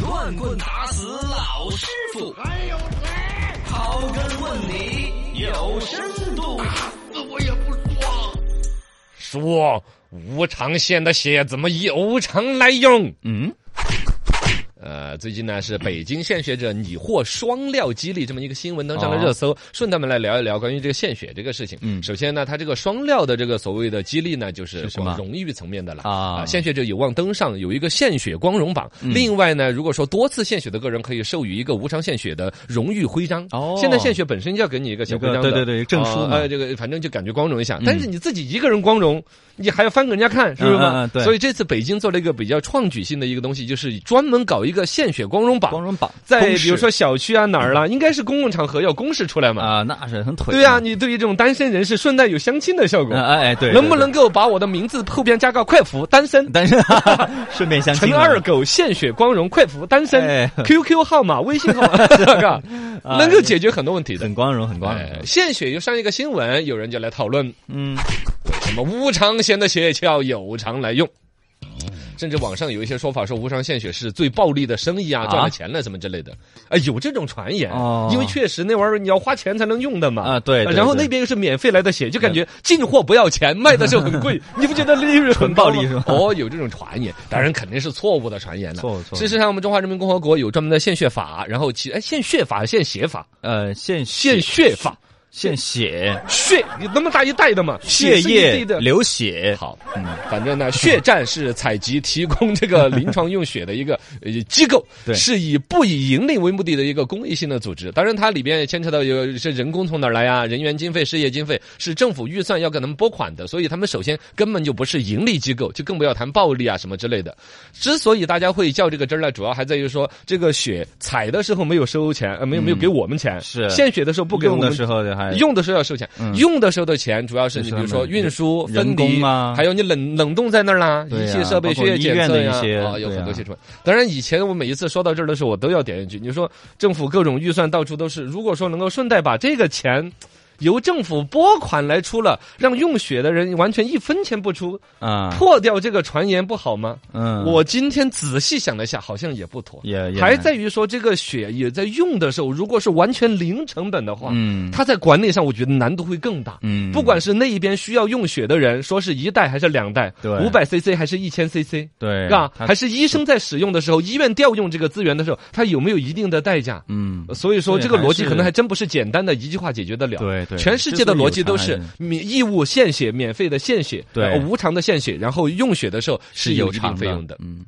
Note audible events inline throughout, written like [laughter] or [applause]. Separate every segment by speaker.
Speaker 1: 乱棍打死老师傅，
Speaker 2: 还有谁？
Speaker 1: 刨根问底有深度。
Speaker 2: 那我也不说。
Speaker 3: 说无偿县的血怎么以无偿来用？
Speaker 1: 嗯，
Speaker 3: 呃，最近呢是北京献血者拟获双料激励这么一个新闻登上了热搜，顺带我们来聊一聊关于这个献血这个事情。
Speaker 1: 哦嗯
Speaker 3: 首先呢，它这个双料的这个所谓的激励呢，就是
Speaker 1: 是什么
Speaker 3: 光荣誉层面的了
Speaker 1: 啊嗯
Speaker 3: 献血者有望登上有一个献血光荣榜。另外呢，如果说多次献血的个人，可以授予一个无偿献血的荣誉徽章。
Speaker 1: 哦
Speaker 3: 现在献血本身就要给你一个小徽
Speaker 1: 有个
Speaker 3: 章的，
Speaker 1: 对对对证书嘛
Speaker 3: 呃，这个反正就感觉光荣一
Speaker 1: 嗯
Speaker 3: 下。但是你自己一个人光荣，你还要翻给人家看，是不是
Speaker 1: 嗯嗯嗯
Speaker 3: 嘛？
Speaker 1: 对
Speaker 3: 所以这次北京做了一个比较创举性的一个东西，就是专门搞一个献血光荣榜。
Speaker 1: 光荣榜
Speaker 3: 在
Speaker 1: 公
Speaker 3: 比
Speaker 1: 示
Speaker 3: 如说小区啊哪儿啦，应该是公共场合要公示出来嘛。
Speaker 1: 啊，那是很腿。
Speaker 3: 对呀，你对于这种单身人士，顺带有相亲的效果
Speaker 1: 嗯，。哎哎，对，对
Speaker 3: 能不能够把我的名字后边加个快符单身
Speaker 1: 对？但是顺便相亲
Speaker 3: 陈
Speaker 1: 了
Speaker 3: 二狗献血光荣快符单身
Speaker 1: 哎啊
Speaker 3: ，QQ 号码、微信号
Speaker 1: [laughs]
Speaker 3: 码，是吧能够解决很多问题的
Speaker 1: 很。光荣，很光
Speaker 3: 哎
Speaker 1: 荣。
Speaker 3: 献血又上一个新闻，有人就来讨论
Speaker 1: 嗯，
Speaker 3: 什么无偿献的血就要有偿来用。甚至网上有一些说法说无偿献血是最暴利的生意啊，
Speaker 1: 啊
Speaker 3: 赚了钱了什么之类的，啊，有这种传言
Speaker 1: 哦，
Speaker 3: 因为确实那玩意儿你要花钱才能用的嘛，
Speaker 1: 啊对对
Speaker 3: 然后
Speaker 1: 对
Speaker 3: 那边又是免费来的血，就感觉进货不要钱，卖的时候很贵，你不觉得利润很
Speaker 1: 纯暴
Speaker 3: 高吗
Speaker 1: 利是吧
Speaker 3: 哦，有这种传言，当然肯定是错误的传言了。
Speaker 1: 错误错误
Speaker 3: 事实上，我们中华人民共和国有专门的献血法，然后其哎献血法、献血法、
Speaker 1: 呃，献
Speaker 3: 献血法。
Speaker 1: 献血，
Speaker 3: 血，你那么大一袋的嘛，
Speaker 1: 血
Speaker 3: 是一
Speaker 1: 液
Speaker 3: 地的
Speaker 1: 流血，
Speaker 3: 好，嗯，反正呢，血站是采集提供这个临床用血的一个呃机构，
Speaker 1: [laughs] 对
Speaker 3: 是以不以盈利为目的的一个公益性的组织。当然，它里边也牵扯到有这人工从哪儿来啊，人员经费、事业经费是政府预算要给他们拨款的，所以他们首先根本就不是盈利机构，就更不要谈暴利啊什么之类的。之所以大家会较这个真儿呢，主要还在于说这个血采的时候没有收钱，呃，没有没有给我们钱，
Speaker 1: 嗯是
Speaker 3: 献血的时候不给我
Speaker 1: 用
Speaker 3: 们
Speaker 1: 的时候还
Speaker 3: 用的时候要收钱，用的时候的钱主要是你
Speaker 1: 哎嗯就是
Speaker 3: 比如说
Speaker 1: 他们
Speaker 3: 运输、
Speaker 1: 人
Speaker 3: 分离
Speaker 1: 工啊
Speaker 3: 还有你冷冷冻在那儿啦，
Speaker 1: 对
Speaker 3: 仪
Speaker 1: 呀
Speaker 3: 器设备、
Speaker 1: 包括
Speaker 3: 血液
Speaker 1: 医
Speaker 3: 检
Speaker 1: 院
Speaker 3: 测
Speaker 1: 的一
Speaker 3: 呀，
Speaker 1: 些
Speaker 3: 啊，有
Speaker 1: 对
Speaker 3: 很
Speaker 1: 呀
Speaker 3: 多些出来。当然，以前我每一次说到这儿的时候，我都要点一句，你说政府各种预算到处都是，如果说能够顺带把这个钱。由政府拨款来出了，让用血的人完全一分钱不出，
Speaker 1: 啊，
Speaker 3: 破掉这个传言不好吗？
Speaker 1: 嗯，
Speaker 3: 我今天仔细想了一下，好像也不妥，
Speaker 1: 也嗯也
Speaker 3: 还在于说这个血也在用的时候，如果是完全零成本的话，
Speaker 1: 嗯
Speaker 3: 它在管理上，我觉得难度会更大。
Speaker 1: 嗯，
Speaker 3: 不管是那一边需要用血的人，说是一袋还是两袋，
Speaker 1: 对
Speaker 3: 五百 CC 还是一千 CC，
Speaker 1: 对
Speaker 3: 是吧？
Speaker 1: 他
Speaker 3: 啊还是医生在使用的时候，医院调用这个资源的时候，它有没有一定的代价？
Speaker 1: 嗯
Speaker 3: 呃所以说，
Speaker 1: 对
Speaker 3: 这个逻
Speaker 1: 还
Speaker 3: 辑
Speaker 1: 是
Speaker 3: 可能还真不是简单的一句话解决得了。
Speaker 1: 对对
Speaker 3: 全世界的逻辑都
Speaker 1: 之所以
Speaker 3: 是
Speaker 1: 有偿
Speaker 3: 免义务献血、免费的献血，
Speaker 1: 对
Speaker 3: 然后无偿的献血，然后用血的时候是有一定
Speaker 1: 偿
Speaker 3: 费用的。
Speaker 1: 嗯，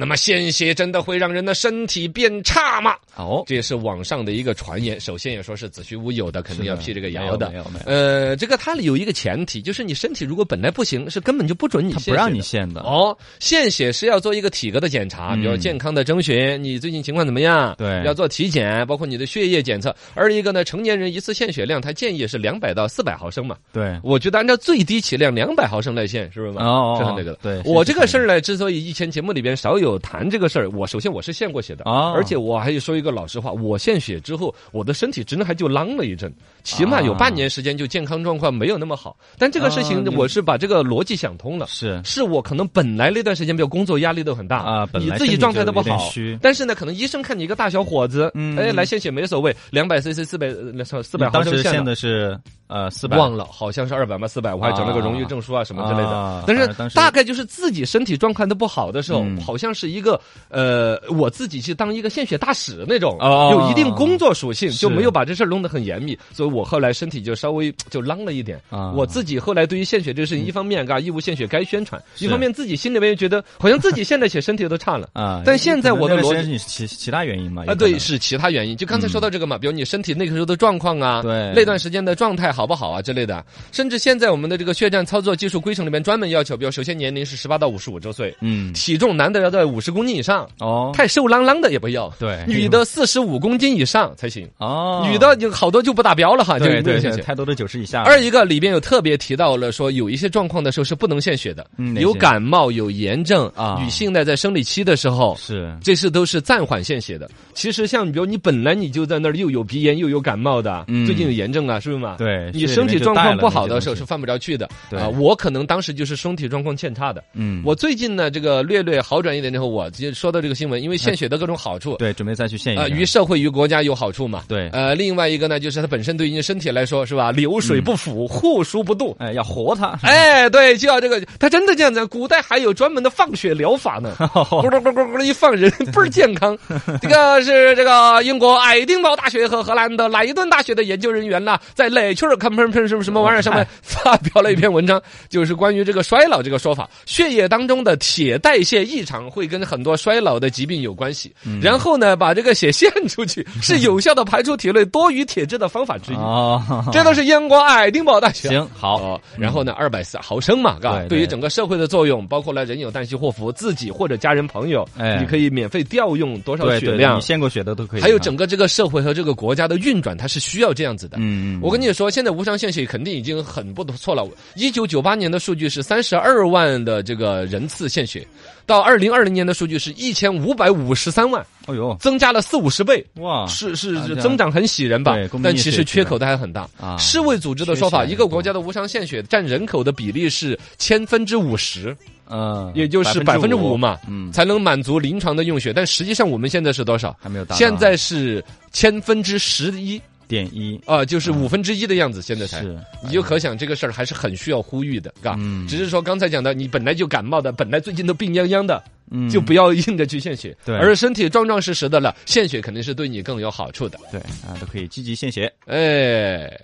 Speaker 3: 那么献血真的会让人的身体变差吗？
Speaker 1: 哦，
Speaker 3: 这也是网上的一个传言。首先也说是子虚乌有的，肯定要辟这个谣的
Speaker 1: 没有没有。
Speaker 3: 呃，这个它有一个前提，就是你身体如果本来不行，是根本就不准你
Speaker 1: 他
Speaker 3: 献血
Speaker 1: 不
Speaker 3: 的
Speaker 1: 让你献的，
Speaker 3: 哦，献血是要做一个体格的检查，比如
Speaker 1: 嗯
Speaker 3: 健康的征询，你最近情况怎么样？
Speaker 1: 对
Speaker 3: 要做体检，包括你的血液检测。而一个呢，成年人一次献血量，他建议是两百到四百毫升嘛。
Speaker 1: 对，
Speaker 3: 我觉得按照最低起量两百毫升来献，是不是嘛？
Speaker 1: 哦哦
Speaker 3: 是很那个的。
Speaker 1: 对
Speaker 3: 我
Speaker 1: 是
Speaker 3: 这个事儿呢，之所以以前节目里边少有谈这个事儿，我首先我是献过血的，
Speaker 1: 哦
Speaker 3: 而且我还说一个老实话，我献血之后，我的身体职能还就啷了一阵，起码有
Speaker 1: 啊
Speaker 3: 半年时间就健康状况没有那么好。但这个事情
Speaker 1: 啊你
Speaker 3: 我是把这个逻辑想通了，
Speaker 1: 是
Speaker 3: 是我可能本来那段时间，比如工作压力都很大
Speaker 1: 啊本
Speaker 3: 你
Speaker 1: 来
Speaker 3: 自己状态都不
Speaker 1: 身体就
Speaker 3: 好
Speaker 1: 有点虚，
Speaker 3: 但是呢，可能医生看你一个大小伙子，
Speaker 1: 嗯
Speaker 3: 哎，来献血没所谓，两百 CC 四百呃四百
Speaker 1: 你
Speaker 3: 毫
Speaker 1: 当
Speaker 3: 升
Speaker 1: 时
Speaker 3: 献了
Speaker 1: 献的是呃四百，
Speaker 3: 忘了，好像是二百嘛，四百，我还整了个荣誉证书啊什么之类的
Speaker 1: 啊。
Speaker 3: 但
Speaker 1: 反正
Speaker 3: 是
Speaker 1: 当时
Speaker 3: 大概就是自己身体状况都不好的时候，
Speaker 1: 嗯
Speaker 3: 好像是一个呃，我自己去当一个献血大使那种，
Speaker 1: 哦
Speaker 3: 有一定工作属性，
Speaker 1: 是
Speaker 3: 就没有把这事儿弄得很严密，所以我后来身体就稍微就啷了一点
Speaker 1: 啊。嗯
Speaker 3: 我自己后来对于献血这个事情，一方面啊嘎义务献血该宣传，
Speaker 1: 是
Speaker 3: 一方面自己心里面又觉得好像自己献的血身体都差了
Speaker 1: 啊，
Speaker 3: 但现在我的
Speaker 1: 可能那
Speaker 3: 逻
Speaker 1: 个
Speaker 3: 辑
Speaker 1: 是。你其其他原因嘛？有
Speaker 3: 啊，
Speaker 1: 可
Speaker 3: 对，
Speaker 1: 能嗯
Speaker 3: 是其他原因。就刚才说到这个嘛，比如你身体那个时候的状况啊，
Speaker 1: 对
Speaker 3: 那段时间的状态好不好啊之类的。甚至现在我们的这个血站操作技术规程里面专门要求，比如首先年龄是十八到五十五周岁，
Speaker 1: 嗯，
Speaker 3: 体重男的要在五十公斤以上，
Speaker 1: 哦，
Speaker 3: 太瘦啷啷的也不要，
Speaker 1: 对
Speaker 3: 女的四十五公斤以上才行，
Speaker 1: 哦，
Speaker 3: 女的就好多就不达标了哈，就
Speaker 1: 对
Speaker 3: 没有
Speaker 1: 对
Speaker 3: 献
Speaker 1: 对，
Speaker 3: 血。
Speaker 1: 太多的九十以下了，
Speaker 3: 二一个里边有特别提到了说，有一些状况的时候是不能献血的，
Speaker 1: 嗯哪
Speaker 3: 有
Speaker 1: 些
Speaker 3: 感冒、有炎症
Speaker 1: 啊
Speaker 3: 女性呢在生理期的时候
Speaker 1: 是
Speaker 3: 这些都是暂缓献血的。其实像比如你本来你就在那儿又有鼻炎又有感冒的，
Speaker 1: 嗯
Speaker 3: 最近有炎症啊，是不是嘛？
Speaker 1: 对
Speaker 4: 对，
Speaker 3: 你
Speaker 4: 血液里
Speaker 3: 身
Speaker 4: 面
Speaker 3: 体
Speaker 4: 就
Speaker 3: 状
Speaker 4: 带
Speaker 3: 况
Speaker 4: 了
Speaker 3: 不
Speaker 4: 那
Speaker 3: 好
Speaker 4: 些
Speaker 3: 的
Speaker 4: 东
Speaker 3: 时候是
Speaker 4: 西
Speaker 3: 犯不着去的
Speaker 4: 对
Speaker 3: 啊。我可能当时就是身体状况欠差的。
Speaker 4: 嗯，
Speaker 3: 我最近呢，这个略略好转一点之后，我就说到这个新闻，因为献血的各种好处，
Speaker 4: 对，准备再去献一
Speaker 3: 呃，
Speaker 4: 下
Speaker 3: 于社会于国家有好处嘛。
Speaker 4: 对
Speaker 3: 呃，另外一个呢，就是它本身对于身体来说是吧，流
Speaker 4: 嗯
Speaker 3: 水不腐，户枢不蠹。
Speaker 4: 哎，要活
Speaker 3: [laughs]
Speaker 4: 它，
Speaker 3: 哎，对，就要这个，它真的这样子。古代还有专门的放血疗法
Speaker 4: [laughs]
Speaker 3: 呢，咕噜咕噜咕噜咕噜一放人倍儿健康。这个是这个英国爱丁堡大学和荷兰的莱顿大学的研究人员呐，在《Nature》看喷喷什么什么玩意儿上面 [laughs] 发表了一篇文章，就是关于这个衰老这个说法。血液当中的铁代谢异常会跟很多衰老的疾病有关系。
Speaker 4: 嗯
Speaker 3: 然后呢，把这个血献出去，是有效的排出体内多余铁质的方法之一。
Speaker 4: 哦， [laughs]
Speaker 3: 这都是英国爱丁堡大学。
Speaker 4: 行好，嗯
Speaker 3: 哦，然后呢，二百四毫升嘛，嘎，
Speaker 4: 对
Speaker 3: 对于
Speaker 4: 对
Speaker 3: 整个社会的作用，包括了人有旦夕祸福，自己或者家人朋友，
Speaker 4: 哎
Speaker 3: 你可以免费调用多少
Speaker 4: 对
Speaker 3: 血
Speaker 4: 对，
Speaker 3: 量
Speaker 4: 你，献过血的都可以，
Speaker 3: 还有整个这个社会和这个国家的运转，它是需要这样子的。
Speaker 4: 嗯，嗯，
Speaker 3: 我跟你说，现在无偿献血肯定已经很不错了。一九九八年的数据是三十二万的这个人次献血，到二零二零年的数据是一千五百五十三万，
Speaker 4: 哦呦，
Speaker 3: 增加了四五十倍。
Speaker 4: 哇，
Speaker 3: 是
Speaker 4: 啊
Speaker 3: 是
Speaker 4: 这
Speaker 3: 是
Speaker 4: 样
Speaker 3: 增长很喜人吧
Speaker 4: 对公？民
Speaker 3: 但
Speaker 4: 意识
Speaker 3: 其
Speaker 4: 也
Speaker 3: 实
Speaker 4: 是
Speaker 3: 缺口的还很大
Speaker 4: 啊
Speaker 3: 世卫组织的说法，
Speaker 4: 缺血
Speaker 3: 一个国家的无偿献血占人口的比例是千分之五十，
Speaker 4: 嗯，
Speaker 3: 也就是百分之五，嘛，
Speaker 4: 嗯，
Speaker 3: 才能满足临床的用血。但实际上我们现在是多少？
Speaker 4: 还没有达到，
Speaker 3: 现在是千分之十一
Speaker 4: 点一，
Speaker 3: 啊，就是五分之一的样子，现在才。
Speaker 4: 嗯是，
Speaker 3: 你就可想这个事儿还是很需要呼吁的，嘎。
Speaker 4: 嗯
Speaker 3: 只是说刚才讲的，你本来就感冒的，本来最近都病殃殃的，
Speaker 4: 嗯
Speaker 3: 就不要硬着去献血。
Speaker 4: 对
Speaker 3: 而身体壮壮实实的了，献血肯定是对你更有好处的。
Speaker 4: 对啊，都可以积极献血。
Speaker 3: 哎。